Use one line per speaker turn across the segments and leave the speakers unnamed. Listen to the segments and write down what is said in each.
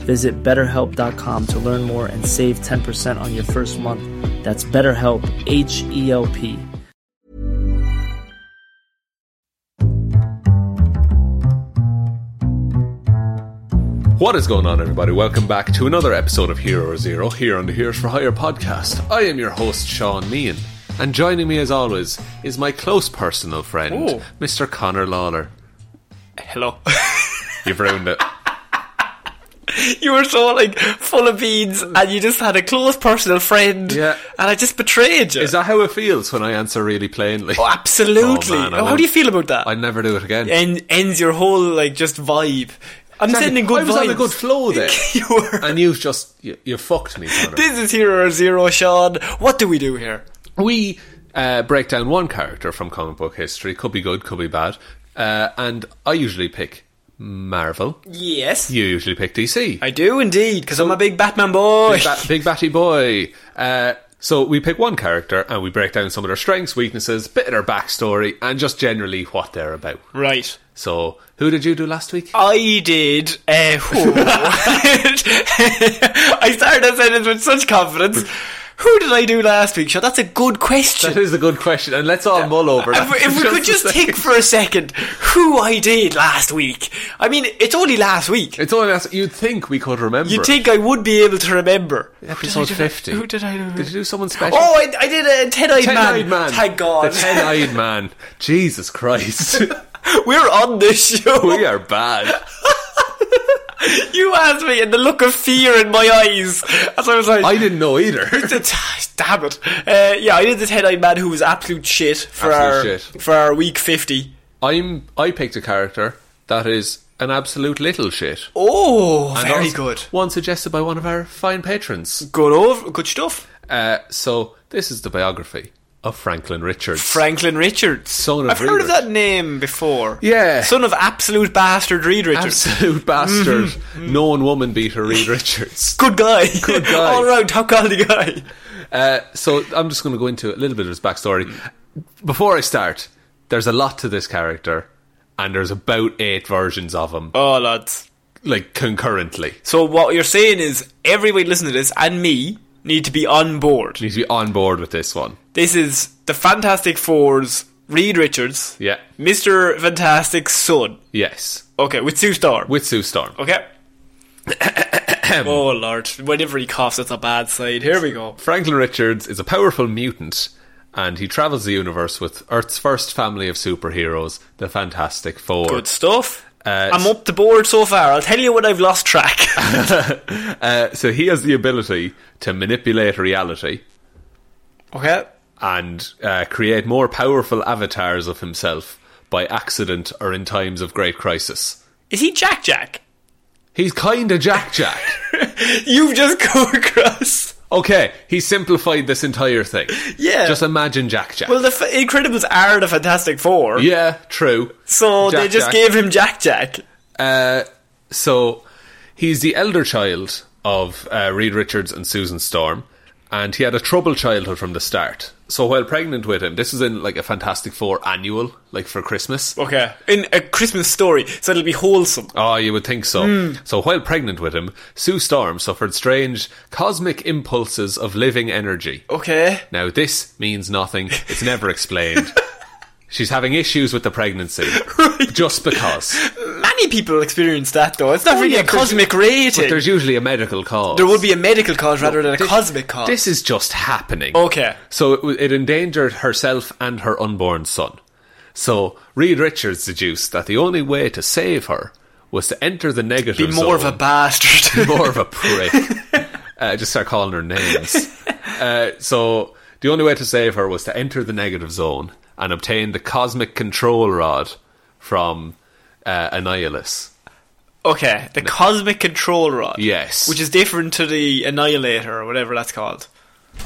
Visit betterhelp.com to learn more and save 10% on your first month. That's BetterHelp, H E L P.
What is going on, everybody? Welcome back to another episode of Hero or Zero here on the Heroes for Hire podcast. I am your host, Sean Meehan, and joining me as always is my close personal friend,
Oh.
Mr. Connor Lawler.
Hello.
You've ruined it.
you were so like full of beans, and you just had a close personal friend.
Yeah.
And I just betrayed you.
Is that how it feels when I answer really plainly?
oh, absolutely.
Oh, man, I
How
won't-
do you feel about that?
I never do it again.
and ends your whole like just vibe. I'm
Exactly.
sending good
I was on a
vibes.
good flow there.
you were.
and you've just you, you fucked me. Connor.
This is Hero or Zero, Sean. What do we do here?
we uh, break down one character from comic book history. Could be good, could be bad. Uh, and I usually pick Marvel.
Yes.
You usually pick DC.
I do indeed, because I'm a big Batman boy.
Big, ba- big batty boy. Uh, so we pick one character and we break down some of their strengths, weaknesses, bit of their backstory, and just generally what they're about.
right.
So, who did you do last week?
I did. Uh, who- I started a sentence with such confidence. Who did I do last week? Sure, that's a good question.
That is a good question, and let's all mull over that.
if, if we could
a
just
second.
think for a second who I did last week. I mean, it's only last week.
It's only last. You'd think we could remember.
You'd
it.
think I would be able to remember.
episode fifty.
Who did I do?
Did you do someone special?
Oh, I, I did a Ten Eyed
Ten
Man.
eyed man.
Thank God.
The ten eyed man. Jesus Christ.
We're on this show.
we are bad.
You asked me, and the look of fear in my eyes. As I was like,
I didn't know either.
Damn it! Uh, yeah, I did the Ten Eyed Man who was absolute shit for
Absolute
our
shit.
for our week fifty.
I'm I picked a character that is an absolute little shit.
Oh,
And
very
also
good.
One suggested by one of our fine patrons.
Good over, good stuff.
Uh, so this is the biography of Franklin Richards.
Franklin Richards.
Son of
I've heard of
Reedrich.
that name before.
Yeah.
Son of absolute bastard Reed Richards. Mm-hmm.
Absolute bastard, known woman beater Reed Richards.
good guy.
Good guy.
All round top quality guy.
Uh, so I'm just going to go into a little bit of his backstory. Before I start, there's a lot to this character, and there's about eight versions of him,
Oh lads.
like concurrently.
So what you're saying is everybody listening to this and me need to be on board.
You need to be on board with this one.
This is the Fantastic Four's Reed Richards.
Yeah.
Mr. Fantastic's son.
Yes,
Okay, with Sue Star.
with Sue Storm.
Okay. oh lord! Whenever he coughs, that's a bad sign. Here we go.
Franklin Richards is a powerful mutant, and he travels the universe with Earth's first family of superheroes, the Fantastic Four.
Good stuff. I'm up the board so far. I'll tell you what I've lost track.
Uh, so he has the ability to manipulate reality
okay.
and uh, create more powerful avatars of himself by accident or in times of great crisis.
Is he Jack Jack?
He's kind of Jack Jack.
You've just come across.
Okay, he simplified this entire thing.
Yeah.
Just imagine Jack Jack.
Well, the F- Incredibles are the Fantastic Four.
yeah, true.
So they
Jack
just
Jack.
gave him Jack Jack.
Uh, so he's the elder child of uh, Reed Richards and Susan Storm, and he had a troubled childhood from the start. So while pregnant with him, this is in like a Fantastic Four annual, like for Christmas.
Okay. In a Christmas story, so it'll be wholesome.
Oh, you would think so.
Hmm.
So while pregnant with him, Sue Storm suffered strange cosmic impulses of living energy.
Okay.
Now, this means nothing. It's never explained. She's having issues with the pregnancy. Just because.
Many people experience that though. It's not
Oh,
really
yeah,
a
but there's-
cosmic rating.
But there's usually a medical cause.
There would be a medical cause rather than a Oh,
This-
cosmic cause.
This is just happening.
Okay.
So it, w- it endangered herself and her unborn son. So Reed Richards deduced that the only way to save her was to enter the
be
negative
more of a
zone.
bastard.
more of a prick. uh, just start calling her names. Uh, so the only way to save her was to enter the negative zone and obtain the cosmic control rod from uh, Annihilus.
okay, the cosmic control rod.
Yes.
Which is different to the annihilator or whatever that's called.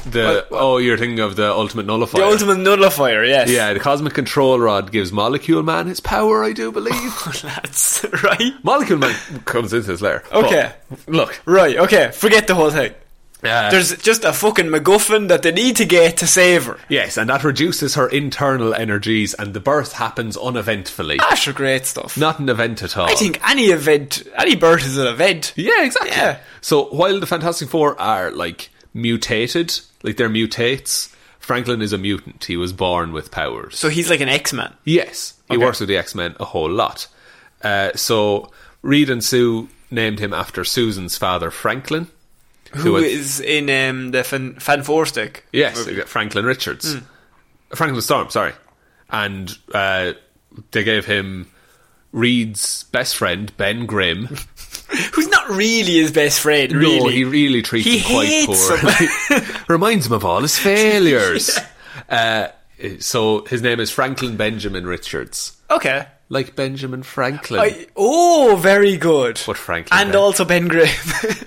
The oh, you're thinking of the ultimate nullifier.
The ultimate nullifier, yes.
yeah, the cosmic control rod gives Molecule Man his power. I do believe
That's right.
Molecule Man comes into this layer.
Okay.
But, look,
Right, okay, forget the whole thing.
uh,
There's just a fucking MacGuffin that they need to get to save her.
yes, and that reduces her internal energies, and the birth happens uneventfully.
That's sure, great stuff.
Not an event at all.
I think any event, any birth is an event.
Yeah, exactly.
Yeah.
So while the Fantastic Four are like mutated, like they're mutates, Franklin is a mutant. He was born with powers.
So he's like an X-Man.
yes, he
Okay.
works with the X Men a whole lot. Uh, so Reed and Sue named him after Susan's father, Franklin.
Who
had-
is in um, the fan, fan Four stick.
yes, uh, Franklin
Hmm.
Richards, Franklin Storm. Sorry, and uh, they gave him Reed's best friend, Ben Grimm.
Who's not really his best friend, really.
No, he really treats
He
him quite
hates
poorly. Reminds him of all his failures. uh, so his name is Franklin Benjamin Richards,
Okay.
like Benjamin Franklin.
I, oh, very good.
But Franklin
And
Ben-
also Ben Grimm.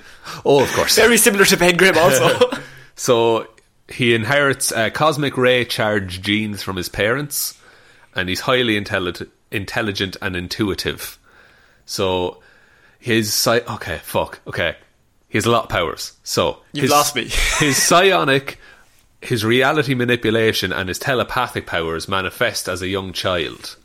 oh, of course.
very similar to Ben Grimm, also.
So he inherits uh, cosmic ray charge genes from his parents, and he's highly intelli- intelligent and intuitive. So his psi- okay, fuck, okay, he has a lot of powers. So
You've
his-
lost me.
his psionic, his reality manipulation, and his telepathic powers manifest as a young child,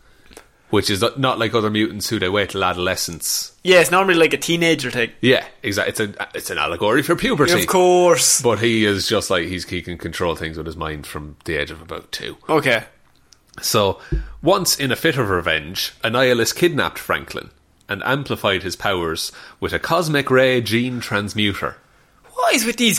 which is not like other mutants who they wait till adolescence.
yeah, it's normally like a teenager thing.
Yeah, exactly. It's a it's an allegory for puberty.
Of course.
But he is just like he's he can control things with his mind from the age of about two.
Okay.
So once in a fit of revenge, Annihilus kidnapped Franklin and amplified his powers with a cosmic ray gene transmuter.
What is with these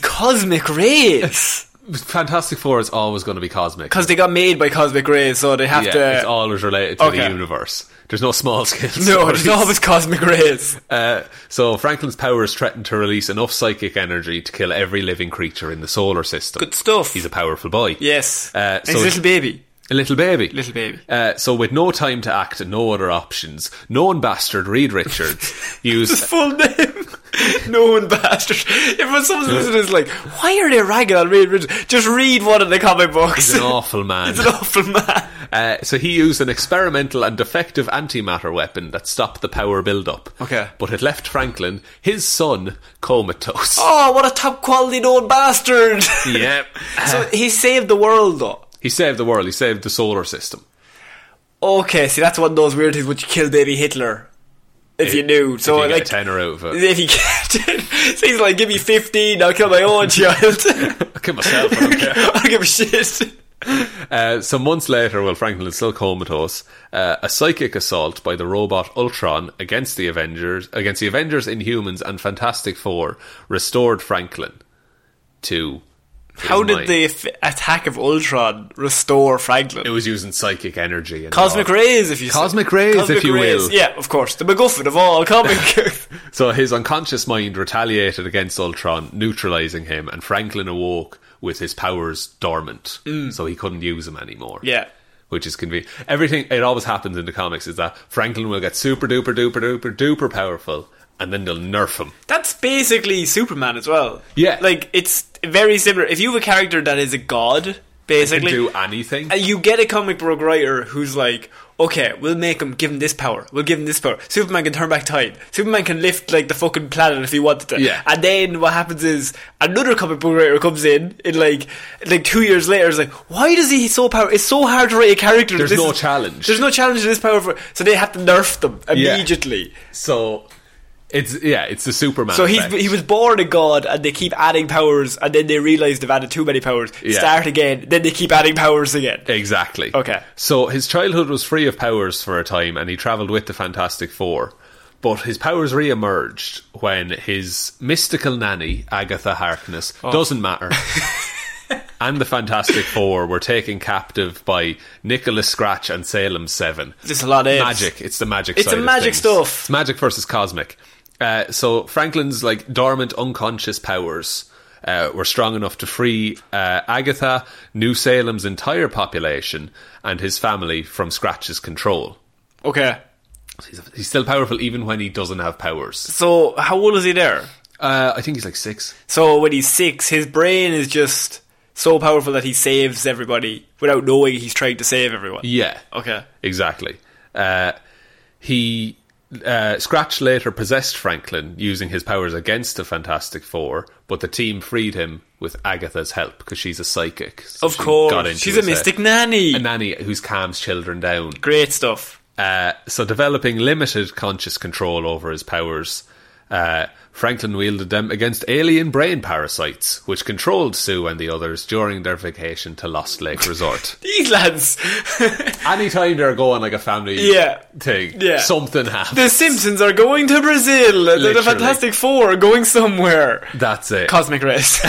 cosmic rays?
Fantastic Four is always going to be cosmic.
Because they got made by cosmic rays, so they have
yeah,
to.
it's always related to the
Okay.
universe. There's no small scale.
no,
stories.
it's always cosmic rays.
Uh, so Franklin's powers threaten to release enough psychic energy to kill every living creature in the solar system.
Good stuff.
He's a powerful boy.
yes.
Uh,
And his
so-
little baby.
A little baby.
Little baby.
Uh, so with no time to act and no other options, known bastard Reed Richards
His
used
full name. no one bastard. If when someone's listening, is like, why are they ragging on Reed Richards? Just read one of the comic books.
an awful man.
He's an awful man.
Uh, so he used an experimental and defective antimatter weapon that stopped the power buildup.
Okay.
But it left Franklin, his son, comatose.
Oh, what a top quality known bastard!
Yep.
so he saved the world though.
He saved the world. He saved the solar system.
Okay, see that's one of those weird things would you kill baby Hitler. If you knew. So
you get a
like
tenner out of it.
If you get so he's like, give me fifteen, I'll kill my own child.
I kill myself. I don't care.
I don't give a shit.
Uh, some months later, while Franklin is still comatose, uh, a psychic assault by the robot Ultron against the Avengers, against the Avengers, Inhumans, and Fantastic Four, restored Franklin to
How
is
did
mine.
the f- attack of Ultron restore Franklin?
It was using psychic energy. And
Cosmic
all.
rays, if you say.
Cosmic rays,
Cosmic
if you
rays.
will.
Yeah, of course. The MacGuffin of all comic.
So his unconscious mind retaliated against Ultron, neutralizing him, and Franklin awoke with his powers dormant, so he couldn't use them anymore.
Mm. Yeah.
Which is convenient. Everything, it always happens in the comics, is that Franklin will get super duper duper duper duper powerful, and then they'll nerf him.
That's basically Superman as well.
Yeah.
Like, it's very similar. If you have a character that is a god,
Can
basically.
do anything.
and you get a comic book writer who's like, okay, we'll make him give him this power, we'll give him this power. Superman can turn back time. Superman can lift like the fucking planet if he wanted to.
Yeah.
And then what happens is another comic book writer comes in, in like like two years later, is like, why does he so power? It's so hard to write a character.
There's
This
no
is-
challenge.
There's no challenge to this power, for, so they have to nerf them
Yeah.
immediately.
So it's yeah, it's the Superman.
So he's,
effect.
he was born a god, and they keep adding powers, and then they realize they've added too many powers.
Yeah.
Start again, then they keep adding powers again.
Exactly.
Okay.
So his childhood was free of powers for a time, and he travelled with the Fantastic Four. But his powers re-emerged when his mystical nanny, Agatha Harkness, doesn't matter, and the Fantastic Four were taken captive by Nicholas Scratch and Salem Seven.
There's a lot of
magic. It's the magic.
It's
side
a
of
magic
things.
stuff.
It's magic versus cosmic. Uh, so Franklin's like dormant, unconscious powers uh, were strong enough to free uh, Agatha, New Salem's entire population, and his family from Scratch's control.
Okay.
He's, he's still powerful even when he doesn't have powers.
So how old is he there?
Uh, I think he's like six.
So when he's six, his brain is just so powerful that he saves everybody without knowing he's trying to save everyone.
Yeah.
Okay.
Exactly. Uh, he uh, Scratch later possessed Franklin using his powers against the Fantastic Four, but the team freed him with Agatha's help because she's a psychic. So
Of
she got
course.
into
She's a
his head.
mystic nanny.
A nanny who calms children down.
Great stuff.
Uh, so, developing limited conscious control over his powers, uh, Franklin wielded them against alien brain parasites, which controlled Sue and the others during their vacation to Lost Lake Resort.
These lads.
Anytime they're going like a family
Yeah.
thing,
Yeah.
something happens.
the Simpsons are going to Brazil. They're The
Literally.
Fantastic Four are going somewhere.
That's it.
Cosmic race.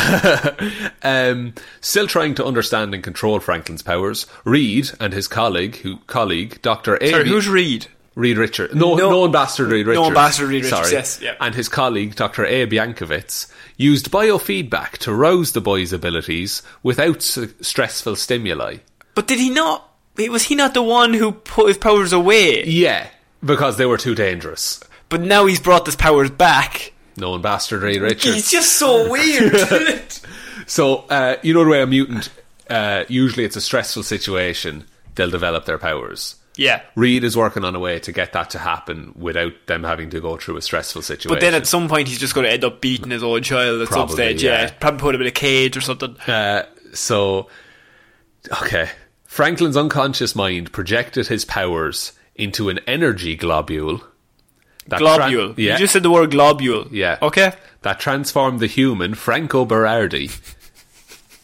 um, still trying to understand and control Franklin's powers, Reed and his colleague, who colleague Doctor Amy,
Sorry, who's Reed?
Reed Richards, no,
No.
known bastard Reed Richards,
Known bastard Reed Richards,
Sorry.
yes, yeah.
and his colleague Doctor A Biankovitz used biofeedback to rouse the boy's abilities without s- stressful stimuli.
But did he not? Was he not the one who put his powers away?
Yeah, because they were too dangerous.
But now he's brought his powers back.
Known bastard Reed Richards.
It's just so weird. isn't it?
So uh, you know the way a mutant. Uh, usually, it's a stressful situation. They'll develop their powers.
yeah.
Reed is working on a way to get that to happen without them having to go through a stressful situation.
But then at some point he's just going to end up beating his own child at some
Probably,
stage. Yeah.
yeah.
probably put him in a cage or something.
so, okay, Franklin's unconscious mind projected his powers into an energy globule. That tran-
globule.
yeah,
You just said the word globule.
yeah,
Okay.
That transformed the human Franco Berardi,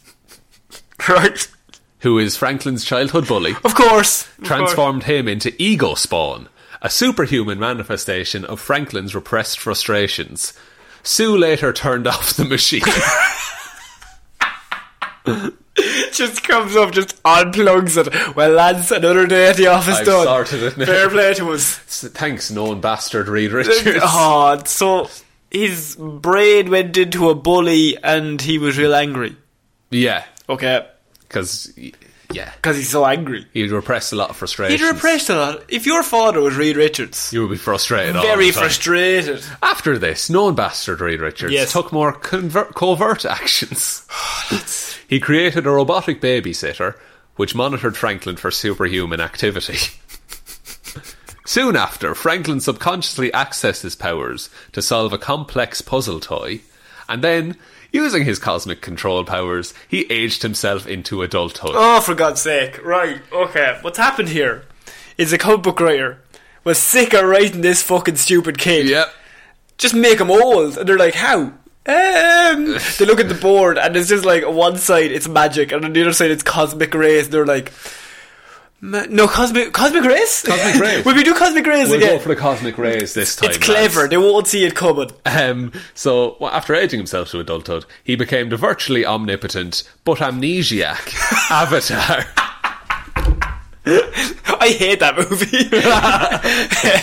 Right.
who is Franklin's childhood bully,
Of course. Of course.
transformed him into Ego Spawn, a superhuman manifestation of Franklin's repressed frustrations. Sue later turned off the machine.
It just comes up, just unplugs it. Well, lads, another day at the office
I've
done.
sorted it now.
Fair play to us.
Thanks, known bastard
Uh,
Reed Richards.
oh, so his brain went into a bully and he was real angry.
Yeah,
Okay.
because yeah,
Because he's so angry.
he'd repress a lot of frustration.
He'd repressed a lot. If your father was Reed Richards,
You would be frustrated. all
very
the time.
frustrated.
After this, known bastard Reed Richards
Yes.
took more convert- covert actions. he created a robotic babysitter which monitored Franklin for superhuman activity. Soon after, Franklin subconsciously accessed his powers to solve a complex puzzle toy, and then, using his cosmic control powers, he aged himself into adulthood.
Oh, for God's sake. Right, okay. What's happened here is a comic book writer was sick of writing this fucking stupid kid.
Yep.
Just make him old. And they're like, how? Um, they look at the board and it's just like on one side it's magic and on the other side it's cosmic rays. They're like, Ma- no, Cosmic Cosmic Rays.
Cosmic Rays.
Will we do Cosmic Rays
We'll
again?
go for the cosmic rays this time.
it's clever.
lads.
They won't see it coming.
Um, so, well, after aging himself to adulthood, he became the virtually omnipotent but amnesiac Avatar.
I hate that movie.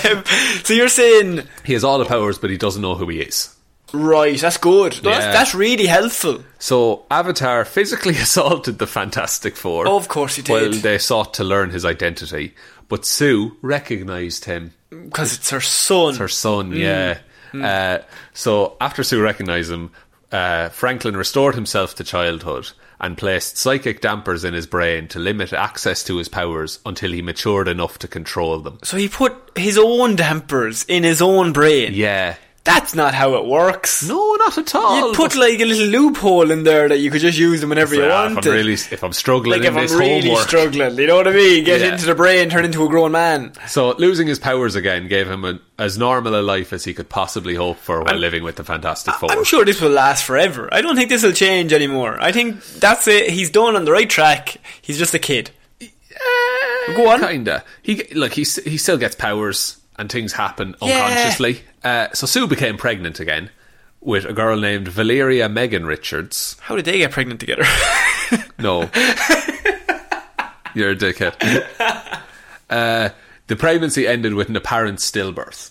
um, so you're saying,
He has all the powers, but he doesn't know who he is.
right? That's good. No,
Yeah.
that's, that's really helpful.
So Avatar physically assaulted the Fantastic Four.
Of course he did.
While they sought to learn his identity, but Sue recognized him,
Because it's her son.
her son.
Mm.
Yeah. Uh, so after Sue recognized him, uh, Franklin restored himself to childhood and placed psychic dampers in his brain to limit access to his powers until he matured enough to control them.
so he put his own dampers in his own brain.
Yeah.
That's not how it works.
No, not at all.
You put
But-
like a little loophole in there that you could just use them whenever you
Yeah,
want.
ah, if I'm really, if I'm struggling
like
in
if I'm
this
really
homework,
struggling, you know what I mean? Get
Yeah.
into the brain, turn into a grown man.
So losing his powers again gave him an, as normal a life as he could possibly hope for while living with the Fantastic Four.
I'm sure this will last forever. I don't think this will change anymore. I think that's it. He's done on the right track. He's just a kid. Go on.
Kinda. He look. He s- he still gets powers and things happen unconsciously. Uh, so Sue became pregnant again with a girl named Valeria Megan Richards.
How did they get pregnant together?
No. You're a dickhead. Uh, the pregnancy ended with an apparent stillbirth.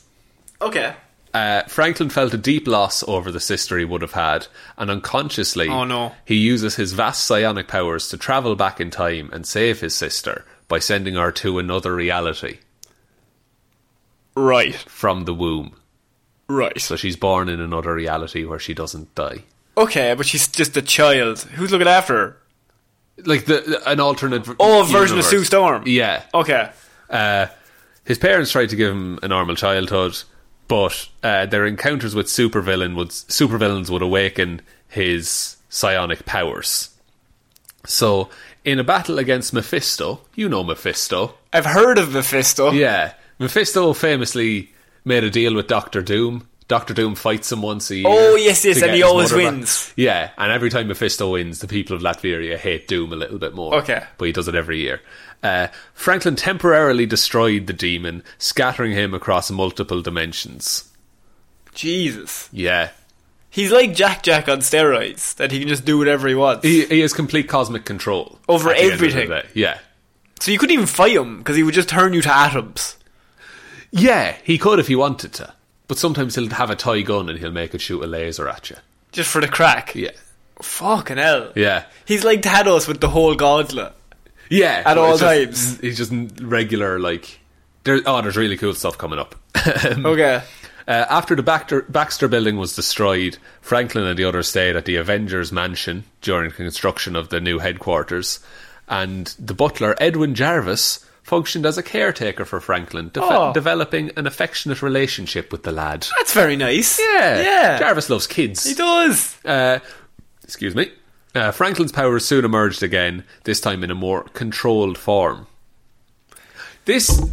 okay.
Uh, Franklin felt a deep loss over the sister he would have had, and unconsciously,
Oh, no.
he uses his vast psionic powers to travel back in time and save his sister by sending her to another reality
Right.
from the womb.
Right.
So she's born in another reality where she doesn't die.
Okay, but she's just a child. Who's looking after her?
Like the- the an alternate. v-
Oh, a version of
universe.
Sue Storm.
Yeah.
Okay.
His parents tried to give him a normal childhood, but uh, their encounters with supervillain would supervillains would awaken his psionic powers. So, in a battle against Mephisto, you know Mephisto,
I've heard of Mephisto.
yeah. Mephisto famously made a deal with Doctor Doom. Doctor Doom fights him once a year.
Oh, yes, yes,
to
and
get
he
his
always
mother back.
wins.
Yeah, and every time Mephisto wins, the people of Latveria hate Doom a little bit more.
Okay.
But he does it every year. Uh, Franklin temporarily destroyed the demon, scattering him across multiple dimensions.
Jesus.
Yeah.
He's like Jack Jack on steroids, that he can just do whatever he wants.
He, he has complete cosmic control
Over
at the end of the
everything.
day. Yeah.
so you couldn't even fight him, because he would just turn you to atoms.
Yeah, he could if he wanted to. But sometimes he'll have a toy gun and he'll make it shoot a laser at you.
Just for the crack.
Yeah.
Fucking hell.
Yeah.
He's like Thanos with the whole gauntlet.
Yeah,
At
but
all
it's just-
times.
He's just n- regular, like. There, oh, there's really cool stuff coming up. uh,
Okay.
after the Baxter, Baxter building was destroyed, Franklin and the others stayed at the Avengers mansion during construction of the new headquarters, and the butler, Edwin Jarvis, functioned as a caretaker for Franklin, defe-
Oh.
developing an affectionate relationship with the lad.
That's very nice.
Yeah,
Yeah.
Jarvis loves kids.
He does.
Uh, excuse me. Uh, Franklin's powers soon emerged again, this time in a more controlled form. This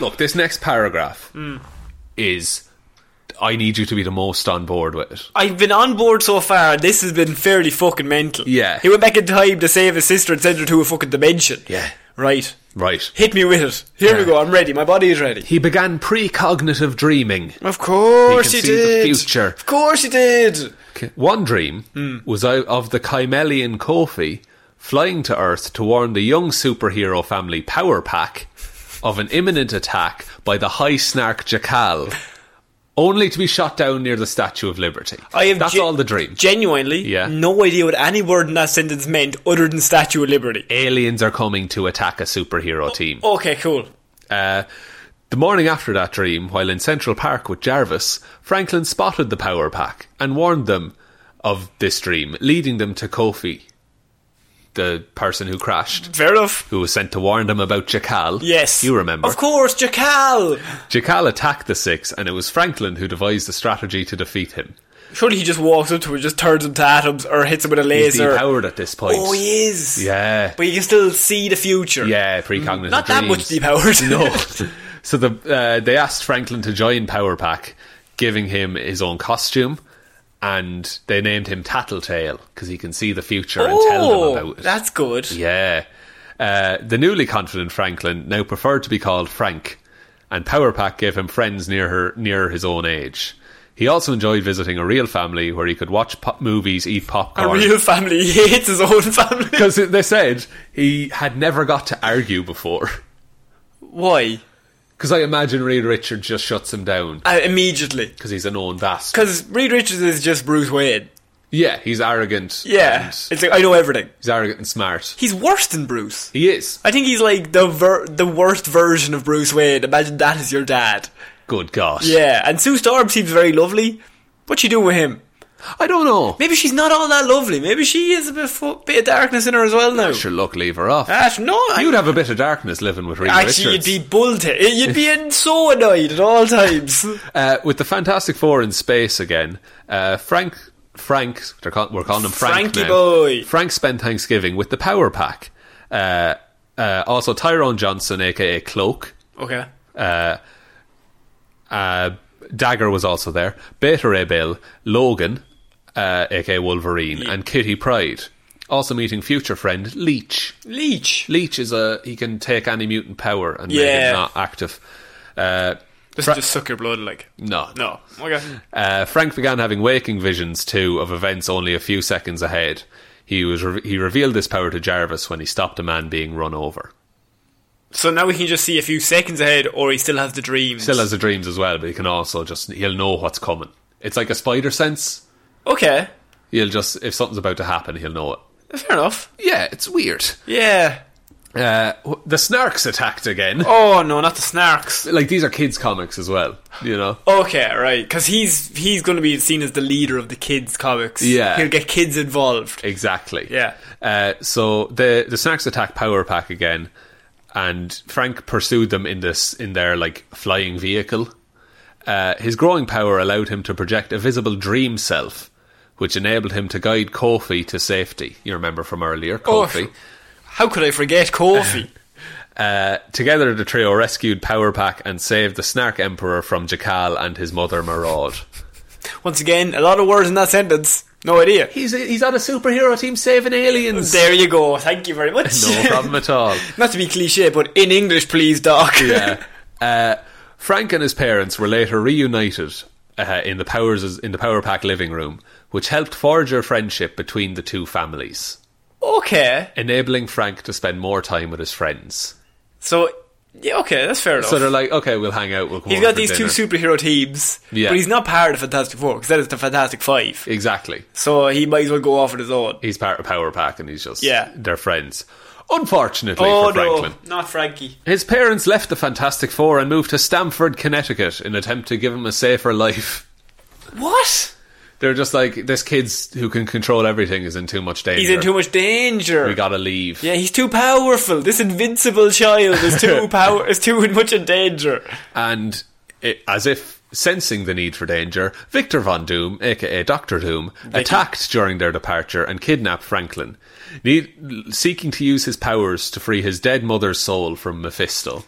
look, this next paragraph is I need you to be the most on board with it.
I've been on board so far. This has been fairly fucking mental.
Yeah.
He went back in time to save his sister and send her to a fucking dimension.
Yeah.
Right.
Right.
Hit me with it. Here we
Yeah.
go. I'm ready. My body is ready.
He began precognitive dreaming.
Of course
He
he,
can see the
did.
future.
Of course he did.
One dream was out of the Kymelian Kofi flying to Earth to warn the young superhero family Power Pack of an imminent attack by the High Snark Jackal, only to be shot down near the Statue of Liberty.
I have
That's
gen-
all the dream.
Genuinely,
Yeah.
no idea what any word in that sentence meant other than Statue of Liberty.
Aliens are coming to attack a superhero team.
Okay, cool.
Uh, the morning after that dream, while in Central Park with Jarvis, Franklin spotted the Power Pack and warned them of this dream, leading them to Kofi, the person who crashed.
Fair enough.
who was sent to warn them about Jackal.
Yes.
You remember.
Of course, Jackal.
Jackal attacked the six, and it was Franklin who devised the strategy to defeat him.
Surely he just walks up to her, just turns him to atoms, or hits him with a
He's
laser.
depowered at this point.
Oh, he is.
Yeah.
But you can still see the future.
Yeah, precognitive
Not that much
dreams.
depowered.
No. so the, uh, they asked Franklin to join Power Pack, giving him his own costume, and they named him Tattletale because he can see the future and tell them
oh,
about it.
that's good.
Yeah. Uh, the newly confident Franklin now preferred to be called Frank, and Power Pack gave him friends near her near his own age. He also enjoyed visiting a real family where he could watch pop movies, eat
A
popcorn.
real family. He hates his own family.
Because they said he had never got to argue before.
Why?
Because I imagine Reed Richards just shuts him down
Uh, immediately.
because he's a known bastard.
Because Reed Richards is just Bruce Wayne.
Yeah, he's arrogant.
Yeah.
and-
It's like, I know everything.
he's arrogant and smart.
He's worse than Bruce.
He is.
I think he's like the ver- the worst version of Bruce Wayne. Imagine that is your dad.
Good gosh.
Yeah, and Sue Storm seems very lovely. What you do with him?
I don't know.
Maybe she's not all that lovely. Maybe she is a bit, fu- bit of darkness in her as well now.
Sure, look, leave her off.
Ash, no, Uh, I-
You'd have a bit of darkness living with Reed
Actually,
Richards.
you'd be bulled. You'd be in so annoyed at all times.
Uh, with the Fantastic Four in space again, uh, Frank, Frank, they're call- we're calling him Frank
Frankie
now.
boy.
Frank spent Thanksgiving with the Power Pack. Uh, uh, also, Tyrone Johnson, aka Cloak,
Okay.
uh, Dagger was also there. Beta Ray Bill, Logan, uh, aka Wolverine, and Kitty Pride. Also meeting future friend Leech.
Leech.
Leech is a he can take any mutant power and make
Yeah.
it not active. Uh,
Just, just suck your blood, like.
no,
No. Okay.
Uh, Frank began having waking visions too of events only a few seconds ahead. He was re- he revealed this power to Jarvis when he stopped a man being run over.
So now we can just see a few seconds ahead, or he still has the dreams.
Still has the dreams as well, but he can also just he'll know what's coming. It's like a spider sense.
Okay.
He'll just if something's about to happen, he'll know it.
Fair enough.
Yeah, it's weird.
Yeah.
Uh, wh- the Snarks attacked again.
Oh no, not the snarks.
Like these are kids comics as well, you know.
Okay, right, because he's he's going to be seen as the leader of the kids' comics.
Yeah.
he'll get kids involved.
Exactly.
Yeah.
Uh, so the the snacks attack Power Pack again, and Frank pursued them in this in their like flying vehicle. Uh, his growing power allowed him to project a visible dream self, which enabled him to guide Kofi to safety. You remember from earlier, Kofi.
How could I forget Kofi?
Uh, together, the trio rescued Power Pack and saved the Snark Emperor from Jakal and his mother Maraud.
Once again, a lot of words in that sentence. No idea.
He's he's on a superhero team saving aliens.
There you go. Thank you very much.
no problem at all.
Not to be cliche, but in English, please, Doc.
Yeah. Uh, Frank and his parents were later reunited uh, in the powers in the Power Pack living room, which helped forge a friendship between the two families,
okay.
enabling Frank to spend more time with his friends.
So yeah, okay, that's fair enough.
So they're like, okay, we'll hang out. We'll come
he's
over
got
for
these two
dinner.
superhero teams,
Yeah.
but he's not part of the Fantastic Four because that is the Fantastic Five.
exactly.
So he might as well go off on his own.
He's part of Power Pack, and he's just
Yeah.
their friends. Unfortunately
Oh
for Franklin,
no, not Frankie.
his parents left the Fantastic Four and moved to Stamford, Connecticut, in an attempt to give him a safer life.
What?
They're just like this kid's who can control everything is in too much danger.
He's in too much danger.
We gotta leave.
yeah, he's too powerful. This invincible child is too power is too much in danger.
And it, as if sensing the need for danger, Victor Von Doom, aka Doctor Doom, attacked during their departure and kidnapped Franklin, need, seeking to use his powers to free his dead mother's soul from Mephisto.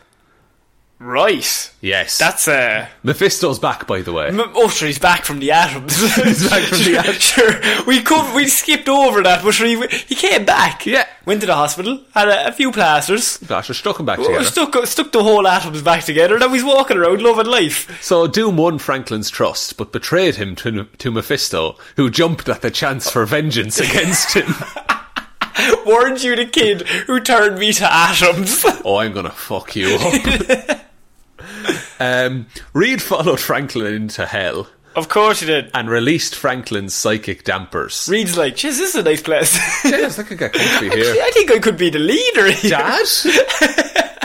Right.
Yes,
That's uh
Mephisto's back, by the way.
M- Oh, sure, he's back from the atoms. he's
back from the
sure,
atoms.
Sure, we could we skipped over that, but sure, he, he came back.
Yeah.
went to the hospital, had a, a few plasters, Oh,
Gosh, I stuck him back together.
stuck stuck the whole atoms back together. Now he's walking around loving life.
so Doom won Franklin's trust, but betrayed him to, to Mephisto, who jumped at the chance for vengeance against him.
Weren't you the kid who turned me to atoms?
oh, I'm gonna fuck you up. um, Reed followed Franklin into hell
of course you did.
and released Franklin's psychic dampers.
Reed's like, "Jeez, this is a nice place."
yes, I could get comfy
Actually,
here.
I think I could be the leader here.
Dad?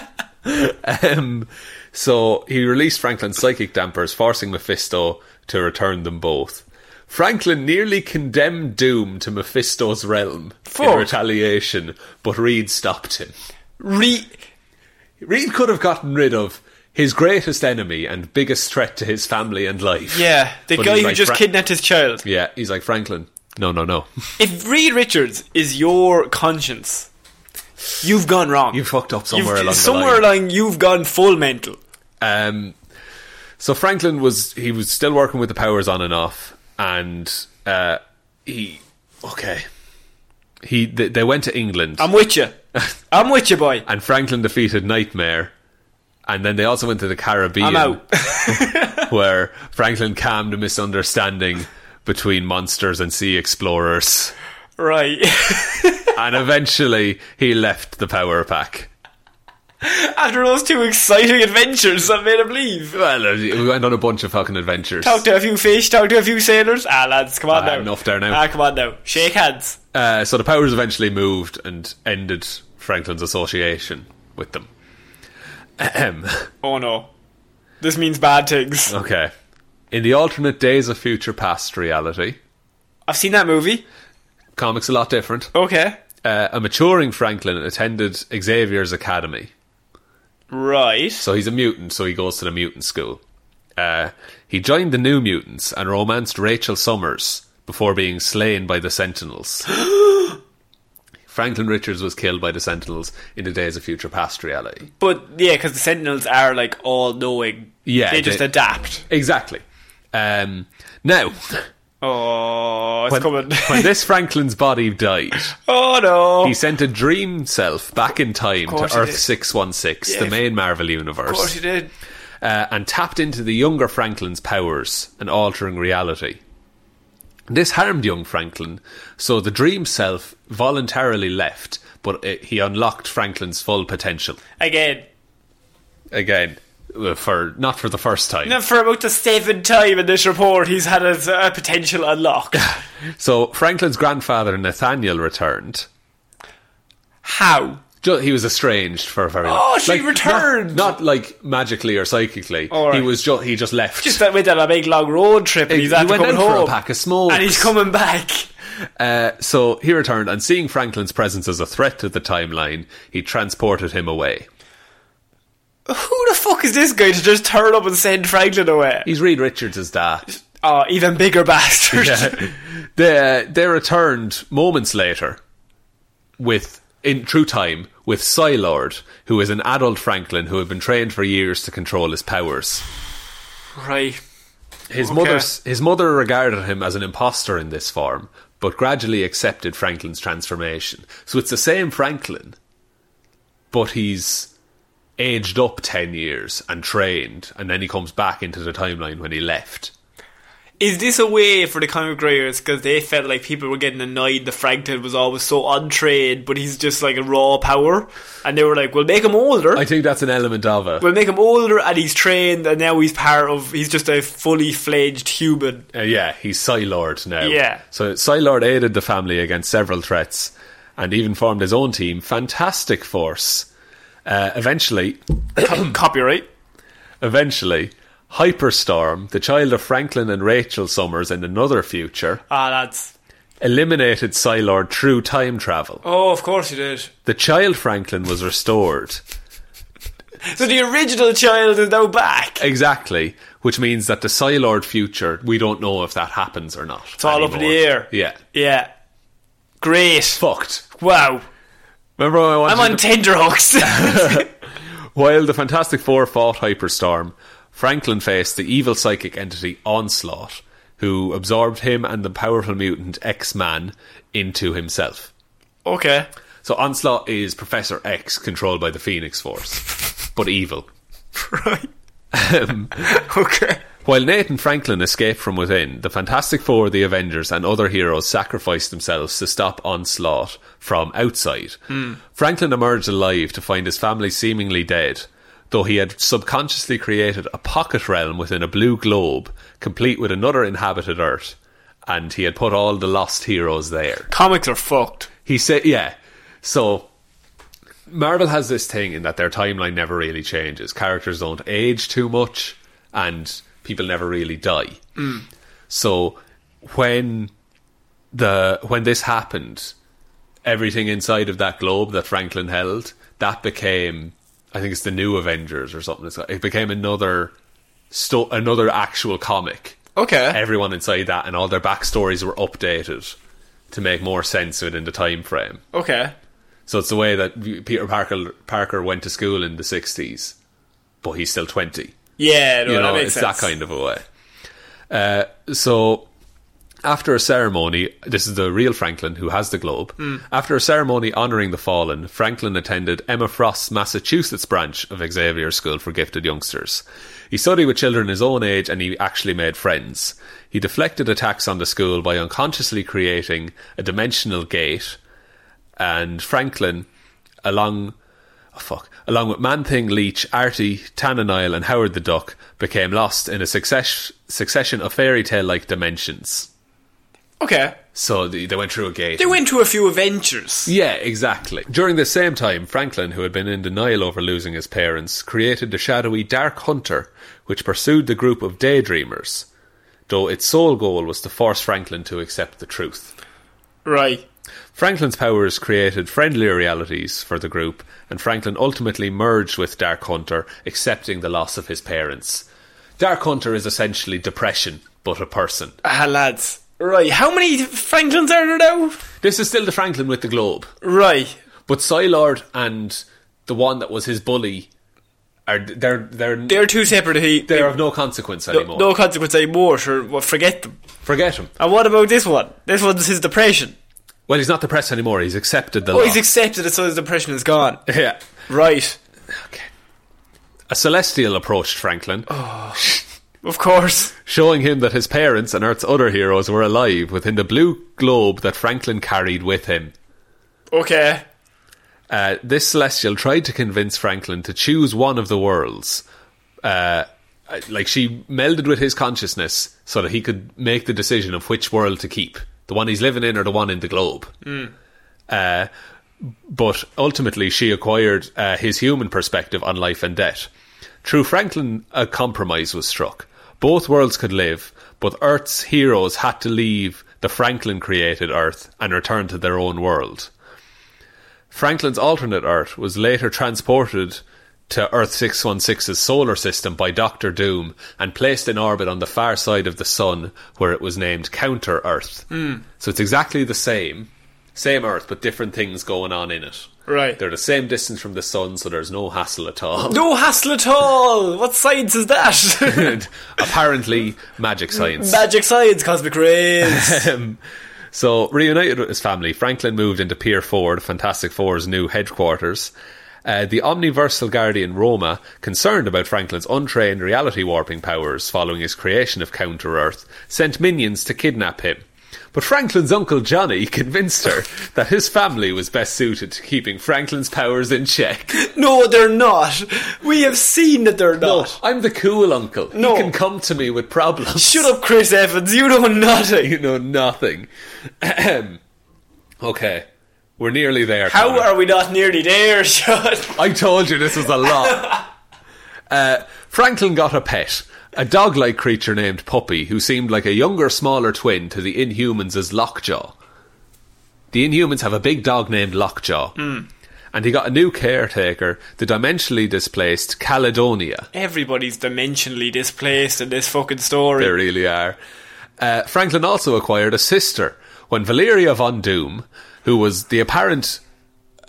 um, so he released Franklin's psychic dampers, forcing Mephisto to return them both. Franklin nearly condemned Doom to Mephisto's realm in
Fuck.
retaliation, but Reed stopped him.
Re-
Reed could have gotten rid of his greatest enemy and biggest threat to his family and life.
yeah, the
But
guy
he's
who
like
just
Fra-
kidnapped his child.
Yeah, he's like Franklin. No, no, no.
If Reed Richards is your conscience, you've gone wrong.
You fucked up somewhere
You've-
along the
somewhere
line.
along you've gone full mental.
Um, so Franklin was he was still working with the powers on and off, and uh, he okay. He they, they went to England
I'm with you. I'm with you, boy.
and Franklin defeated Nightmare. And then they also went to the Caribbean
I'm out.
where Franklin calmed a misunderstanding between monsters and sea explorers.
right.
And eventually he left the power pack.
After those two exciting adventures that made him leave.
Well, uh, we went on a bunch of fucking adventures.
Talk to a few fish, talk to a few sailors. Ah, lads, come on
Ah,
now.
enough there now.
Ah, come on now. Shake hands.
Uh, so the powers eventually moved and ended Franklin's association with them. Ahem.
Oh no. This means bad things.
Okay. In the alternate days of future past reality,
I've seen that movie.
comics a lot different.
Okay.
Uh, a maturing Franklin attended Xavier's academy.
Right.
So he's a mutant, so he goes to the mutant school. Uh, he joined the New Mutants and romanced Rachel Summers before being slain by the Sentinels. Franklin Richards was killed by the Sentinels in the Days of Future Past reality.
But yeah, because the Sentinels are like all knowing.
Yeah,
They just
they-
adapt.
Exactly. Um, now,
Oh, it's
when,
coming.
when this Franklin's body died,
oh no.
he sent a dream self back in time
course
to
he
Earth
did.
616, the
Yeah.
main Marvel universe.
of course he did.
uh, and tapped into the younger Franklin's powers and altering reality. This harmed young Franklin, so the dream self voluntarily left, but uh he unlocked Franklin's full potential
Again.
again uh, for not for the first time.
Now, for about the seventh time in this report, he's had his uh, potential unlocked.
So Franklin's grandfather Nathaniel returned.
How?
Ju- He was estranged for a very long.
Oh, so he
not-
returned!
not, like magically or psychically.
All
He
right.
was ju- he just left.
Just that went on a big long road trip and
He-
he's had
he
to
went
coming
out for a
home.
pack of smokes.
And he's coming back.
Uh, so he returned, and seeing Franklin's presence as a threat to the timeline, he transported him away.
Who the fuck is this guy to just turn up and send Franklin away?
He's Reed Richards' dad.
Oh, even bigger bastard.
they, they returned moments later with, in true time, with Psylord, who is an adult Franklin who had been trained for years to control his powers.
Right.
His
Okay.
mother, his mother regarded him as an imposter in this form, but gradually accepted Franklin's transformation. So it's the same Franklin, but he's aged up ten years and trained, and then he comes back into the timeline when he left.
Is this a way for the comic writers because they felt like people were getting annoyed that Franklin was always so untrained, but he's just like a raw power? And they were like, we'll make him older.
I think that's an element of it.
We'll make him older and he's trained and now he's part of. He's just a fully fledged human.
Uh, yeah, he's Psylord now.
Yeah.
So Psylord aided the family against several threats and even formed his own team, Fantastic Force. Uh, eventually,
Copyright.
Eventually, Hyperstorm, the child of Franklin and Rachel Summers in another future,
Ah, that's.
eliminated Psylord through time travel.
Oh, of course he did.
The child Franklin was restored.
So the original child is now back.
Exactly, which means that the Psylord future, we don't know if that happens or not. It's
all up in the air.
Yeah.
Yeah. Great.
Fucked.
Wow.
Remember when I wanted
I'm on
to-
tenderhooks.
While the Fantastic Four fought Hyperstorm, Franklin faced the evil psychic entity Onslaught, who absorbed him and the powerful mutant X-Man into himself.
okay.
So Onslaught is Professor X controlled by the Phoenix Force, but evil.
Right. okay.
While Nathan Franklin escaped from within, the Fantastic Four, the Avengers, and other heroes sacrificed themselves to stop Onslaught from outside. Franklin emerged alive to find his family seemingly dead, though he had subconsciously created a pocket realm within a blue globe, complete with another inhabited Earth, and he had put all the lost heroes there.
Comics are fucked.
He said, yeah. So Marvel has this thing in that their timeline never really changes. Characters don't age too much, and people never really die. So when the when this happened, everything inside of that globe that Franklin held that became, I think it's the New Avengers or something. It's- It became another sto- another actual comic
Okay.
everyone inside that and all their backstories were updated to make more sense within the time frame.
Okay.
So it's the way that Peter Parker Parker went to school in the sixties, but he's still twenty.
Yeah, no,
You
that
know, it's
makes sense.
that kind of a way. Uh, so after a ceremony, this is the real Franklin who has the globe.
Hmm.
After a ceremony honoring the fallen, Franklin attended Emma Frost's Massachusetts branch of Xavier School for Gifted Youngsters. He studied with children his own age and he actually made friends. He deflected attacks on the school by unconsciously creating a dimensional gate, and Franklin, along oh, fuck, along with Man Thing, Leech, Artie, Tannenile, and Howard the Duck, became lost in a success- succession of fairy tale like dimensions.
Okay.
So they, they went through a gate.
They went to a few adventures.
Yeah, exactly. During the same time, Franklin, who had been in denial over losing his parents, created the shadowy Dark Hunter, which pursued the group of daydreamers, though its sole goal was to force Franklin to accept the truth.
Right.
Franklin's powers created friendlier realities for the group, and Franklin ultimately merged with Dark Hunter, accepting the loss of his parents. Dark Hunter is essentially depression, but a person.
Ah, lads. Right. How many Franklins are there now?
This is still the Franklin with the globe.
Right.
But Psylord and the one that was his bully are they're they're
They're two separate. He,
they're of no consequence
no,
anymore.
no consequence anymore. Sure, well, forget them.
Forget him.
And what about this one? This one's his depression.
Well, he's not depressed anymore. He's accepted the
Oh,
loss.
he's accepted it, so his depression is gone.
yeah.
Right.
A celestial approached Franklin,
Of course.
showing him that his parents and Earth's other heroes were alive within the blue globe that Franklin carried with him.
Okay.
Uh, this celestial tried to convince Franklin to choose one of the worlds. Uh, like she melded with his consciousness so that he could make the decision of which world to keep the one he's living in or the one in the globe. Uh, but ultimately, she acquired uh, his human perspective on life and death. Through Franklin, a compromise was struck. Both worlds could live, but Earth's heroes had to leave the Franklin created Earth and return to their own world. Franklin's alternate Earth was later transported to Earth 616's solar system by Doctor Doom and placed in orbit on the far side of the Sun, where it was named Counter Earth.
Hmm.
So it's exactly the same, same Earth, but different things going on in it.
Right.
They're the same distance from the Sun, so there's no hassle at all.
No hassle at all. What science is that?
And Apparently, magic science.
Magic science, cosmic rays.
Um, so, reunited with his family, Franklin moved into Pier 4, the Fantastic Four's new headquarters. Uh, the omniversal guardian Roma, concerned about Franklin's untrained reality warping powers following his creation of Counter Earth, sent minions to kidnap him. But Franklin's uncle Johnny convinced her that his family was best suited to keeping Franklin's powers in check.
no, they're not. We have seen that they're
No,
not.
Oh, I'm the cool uncle.
No.
He can come to me with problems.
Shut up, Chris Evans. You know nothing.
You know nothing. Ahem. okay, we're nearly there.
How
Connor.
are we not nearly there, Sean?
I told you this was a lot. uh, Franklin got a pet, a dog like creature named Puppy, who seemed like a younger, smaller twin to the Inhumans as Lockjaw. The Inhumans have a big dog named Lockjaw. And he got a new caretaker, the dimensionally displaced Caledonia.
Everybody's dimensionally displaced in this fucking story.
They really are. Uh, Franklin also acquired a sister when Valeria von Doom, who was the apparent.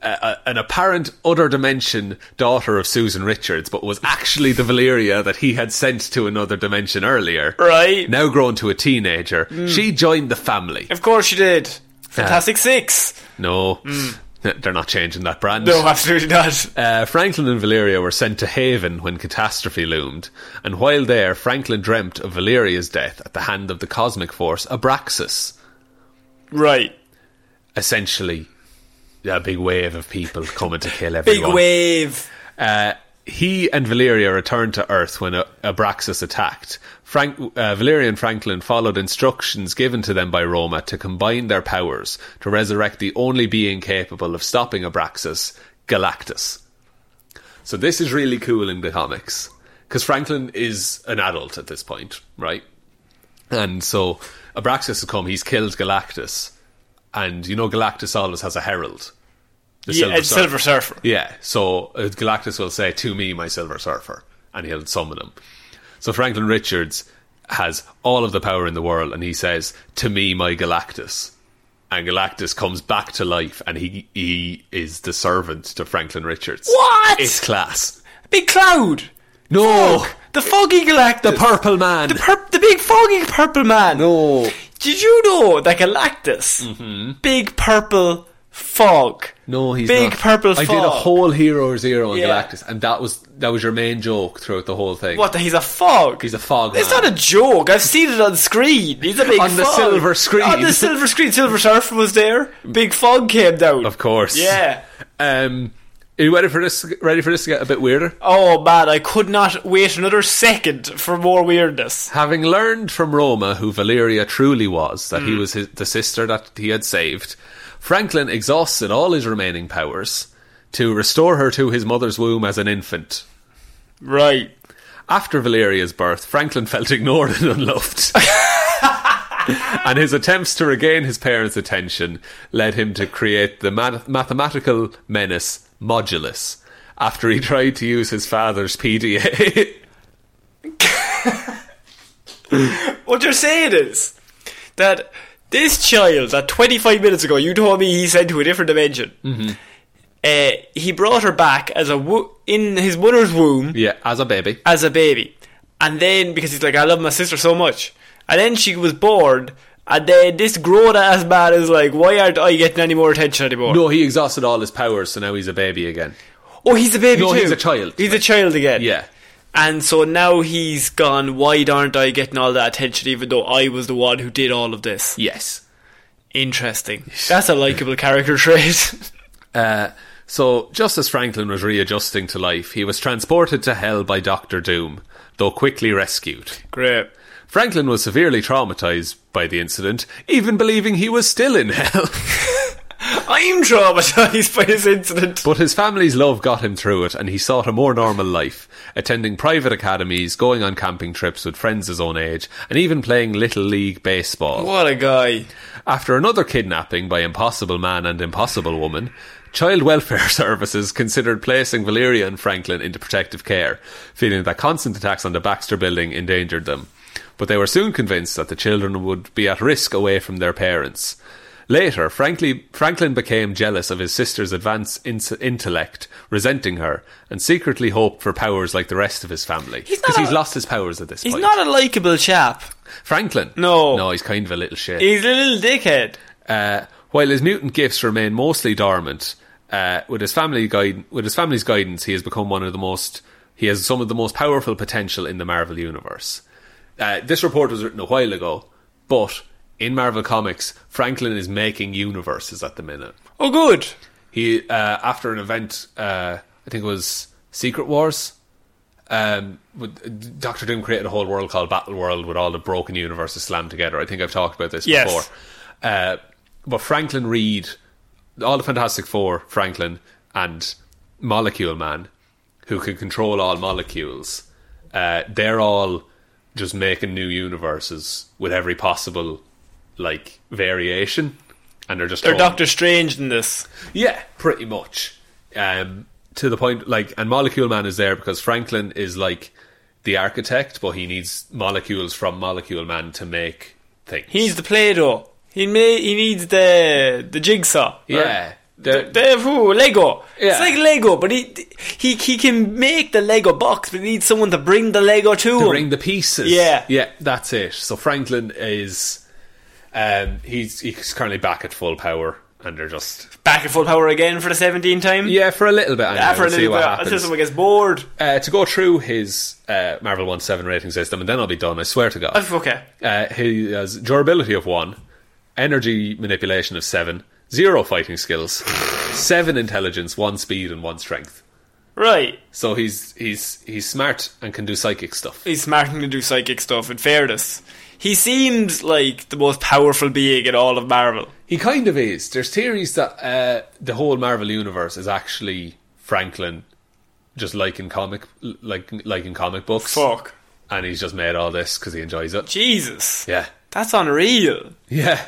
Uh, an apparent other dimension daughter of Susan Richards, but was actually the Valeria that he had sent to another dimension earlier.
Right. Hmm.
Now grown to a teenager, she joined the family.
Of course you did. Fantastic Six.
No, they're not changing that brand.
Hmm. No, absolutely not.
Uh, Franklin and Valeria were sent to Haven when catastrophe loomed, and while there, Franklin dreamt of Valeria's death at the hand of the cosmic force Abraxas.
Right.
Essentially, a big wave of people coming to kill
Big
everyone.
wave.
Uh, he and Valeria returned to Earth when uh, Abraxas attacked. Frank, uh, Valeria and Franklin followed instructions given to them by Roma to combine their powers to resurrect the only being capable of stopping Abraxas, Galactus. So this is really cool in the comics because Franklin is an adult at this point, right? And so Abraxas has come. He's killed Galactus, and you know Galactus always has a herald. The
Yeah, it's
Surfer.
Silver Surfer.
Yeah, so uh, Galactus will say, To me, my Silver Surfer, and he'll summon him. So Franklin Richards has all of the power in the world, and he says, To me, my Galactus. And Galactus comes back to life, and he, he is the servant to Franklin Richards.
What?
It's class.
Big Cloud.
No!
The foggy galactus.
Oh. The purple man!
The, pur- the big foggy purple man.
no! Mm-hmm.
Did you know that Galactus, big purple fog?
No, he's
big
not.
purple
I
fog.
did a whole Hero Zero on
Yeah.
Galactus, and that was that was your main joke throughout the whole thing.
What? that He's a fog.
He's a fog
It's
man.
not a joke. I've seen it on screen. He's a big
On the
fog.
silver screen.
On the silver screen, silver surfer was there. Big fog came down.
Of course.
Yeah.
Um, are you ready for this? Ready for this to get a bit weirder?
Oh man, I could not wait another second for more weirdness.
Having learned from Roma who Valeria truly was, that he was his, the sister that he had saved, Franklin exhausted all his remaining powers to restore her to his mother's womb as an infant.
Right.
After Valeria's birth, Franklin felt ignored and unloved. and his attempts to regain his parents' attention led him to create the math- mathematical menace Modulus after he tried to use his father's PDA.
What you're saying is that this child that 25 minutes ago you told me he sent to a different dimension. Mm-hmm. Uh, he brought her back as a wo- in his mother's womb
yeah, as a baby.
as a baby, and then because he's like, I love my sister so much, and then she was bored, and then this grown ass man is like, Why aren't I getting any more attention anymore?
No, he exhausted all his powers, so now he's a baby again.
Oh, he's a baby
No,
too.
he's a child.
He's a child again.
Yeah.
And so now he's gone. Why aren't I getting all that attention, even though I was the one who did all of this?
Yes.
Interesting. That's a likable character trait.
Uh, so, just as Franklin was readjusting to life, he was transported to hell by Doctor Doom, though quickly rescued.
Great.
Franklin was severely traumatized by the incident, even believing he was still in hell.
I'm traumatized by this incident.
but his family's love got him through it, and he sought a more normal life, attending private academies, going on camping trips with friends his own age, and even playing Little League Baseball.
What a guy.
After another kidnapping by Impossible Man and Impossible Woman, Child Welfare Services considered placing Valeria and Franklin into protective care, feeling that constant attacks on the Baxter building endangered them. But they were soon convinced that the children would be at risk away from their parents. Later, frankly, Franklin became jealous of his sister's advanced in- intellect, resenting her, and secretly hoped for powers like the rest of his family.
He's not
Because he's
a-
lost his powers at this
He's
point.
not a likable chap.
Franklin?
No.
No, he's kind of a little shit.
He's a little dickhead.
Uh, while his mutant gifts remain mostly dormant, uh, with his family guide, with his family's guidance, he has become one of the most. He has some of the most powerful potential in the Marvel universe. Uh, this report was written a while ago, but in Marvel Comics, Franklin is making universes at the minute.
Oh, good.
He uh, after an event, uh, I think it was Secret Wars. Um, with, Doctor Doom created a whole world called Battle World with all the broken universes slammed together. I think I've talked about this
Yes.
before. Uh, but Franklin Reed, all the Fantastic Four, Franklin, and Molecule Man, who can control all molecules, uh, they're all just making new universes with every possible like variation, and they're just
They're
throwing-
Doctor Strange in this.
yeah, pretty much. Um, to the point, like, and Molecule Man is there because Franklin is like the architect, but he needs molecules from Molecule Man to make things.
He needs the Play Doh. He, may, he needs the the jigsaw. right?
yeah,
The,
they're-
the, ooh, Lego.
Yeah.
It's like Lego, but he, he he can make the Lego box, but he needs someone to bring the Lego to him.
to bring the pieces.
Yeah.
yeah, that's it. So Franklin is, um, he's he's currently back at full power, and they're just
Back at full power again for the 17th time.
yeah for a little bit. Anyway,
After a
we'll see
little
what
bit,
happens.
until someone gets bored.
Uh, to go through his uh, Marvel One Seven rating system, and then I'll be done. I swear to God.
Oh, Okay.
Uh, he has durability of one, energy manipulation of seven, zero fighting skills, seven intelligence, one speed, and one strength.
Right.
So he's he's he's smart and can do psychic stuff.
He's smarting to do psychic stuff, in fairness. He seems like the most powerful being in all of Marvel.
He kind of is. There's theories that uh, the whole Marvel universe is actually Franklin, just liking comic like liking comic books,
Fuck.
and he's just made all this because he enjoys it.
Jesus.
Yeah,
That's unreal.
yeah.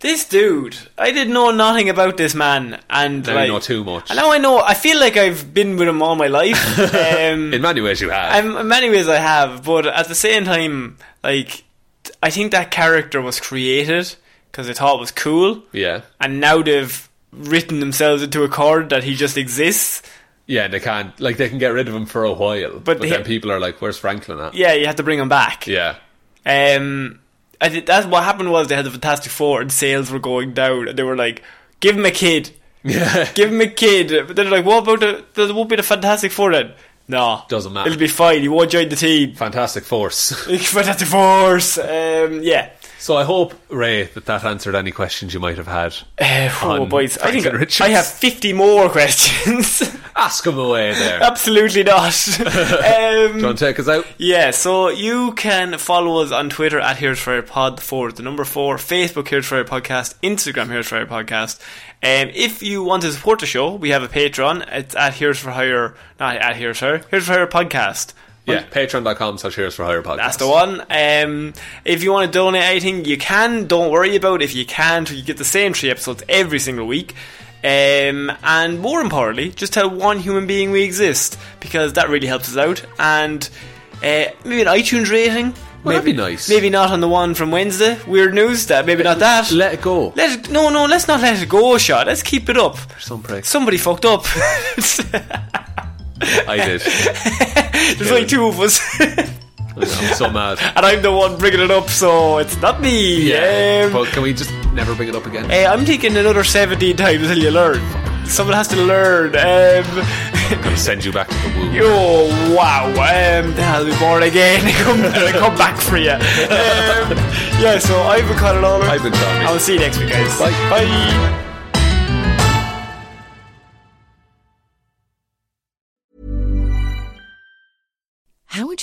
This dude, I didn't know nothing about this man, and
Now you
like,
know too much.
And now I know. I feel like I've been with him all my life. um,
In many ways, you have.
I'm, in many ways, I have, but at the same time, like, t- I think that character was created because they thought it was cool,
yeah,
and now they've written themselves into a card that he just exists.
yeah. They can't like they can get rid of him for a while, but,
they-
then people are like, "Where's Franklin at?"
Yeah, you have to bring him back.
Yeah.
Um, I think that's what happened was they had the Fantastic Four and sales were going down, and they were like, "Give him a kid,
Yeah.
give him a kid." But then they're like, "What about the? There won't be the Fantastic Four then." No,
Doesn't matter.
It'll be fine. He won't join the team.
Fantastic force.
Fantastic Force. Um, yeah.
So I hope Ray that that answered any questions you might have had.
Uh, oh,
On
boys, I think
Franklin Richards.
I have fifty more questions.
Ask him away there.
Um, Absolutely not. um,
Do you want to take us out?
Yeah, so you can follow us on Twitter at Here's Fire Pod, the four, is the number four, Facebook Here's Fire Podcast, Instagram Here's Fire Podcast. Um, if you want to support the show, we have a Patreon. It's at Here's for Hire, not at Here's for Hire, Here's for Hire Podcast.
Yeah, patreon.com slash heroes for hire podcast.
That's the one. Um, if you want to donate anything, you can. Don't worry about it. if you can't. You get the same three episodes every single week. Um, and more importantly, just tell one human being we exist because that really helps us out. And uh, maybe an iTunes rating.
Well, that'd
maybe,
be nice.
Maybe not on the one from Wednesday. Weird news. That maybe not that.
Let it go.
Let it, no, no. Let's not let it go, shot. Let's keep it up.
Some prick.
Somebody fucked up.
I did.
There's only two of us.
I'm so mad.
and I'm the one bringing it up, so it's not me. Um,
but can we just never bring it up again?
eh, I'm taking another 17 times till you learn. Someone has to learn. Um,
I'm going to send you back to the womb.
oh, wow. Um, then I'll be born again. come, I'll come back for you. Um, yeah, so I've been Conor Lawler.
I've been Tommy.
I'll see you next week, guys.
Bye.
Bye.
How would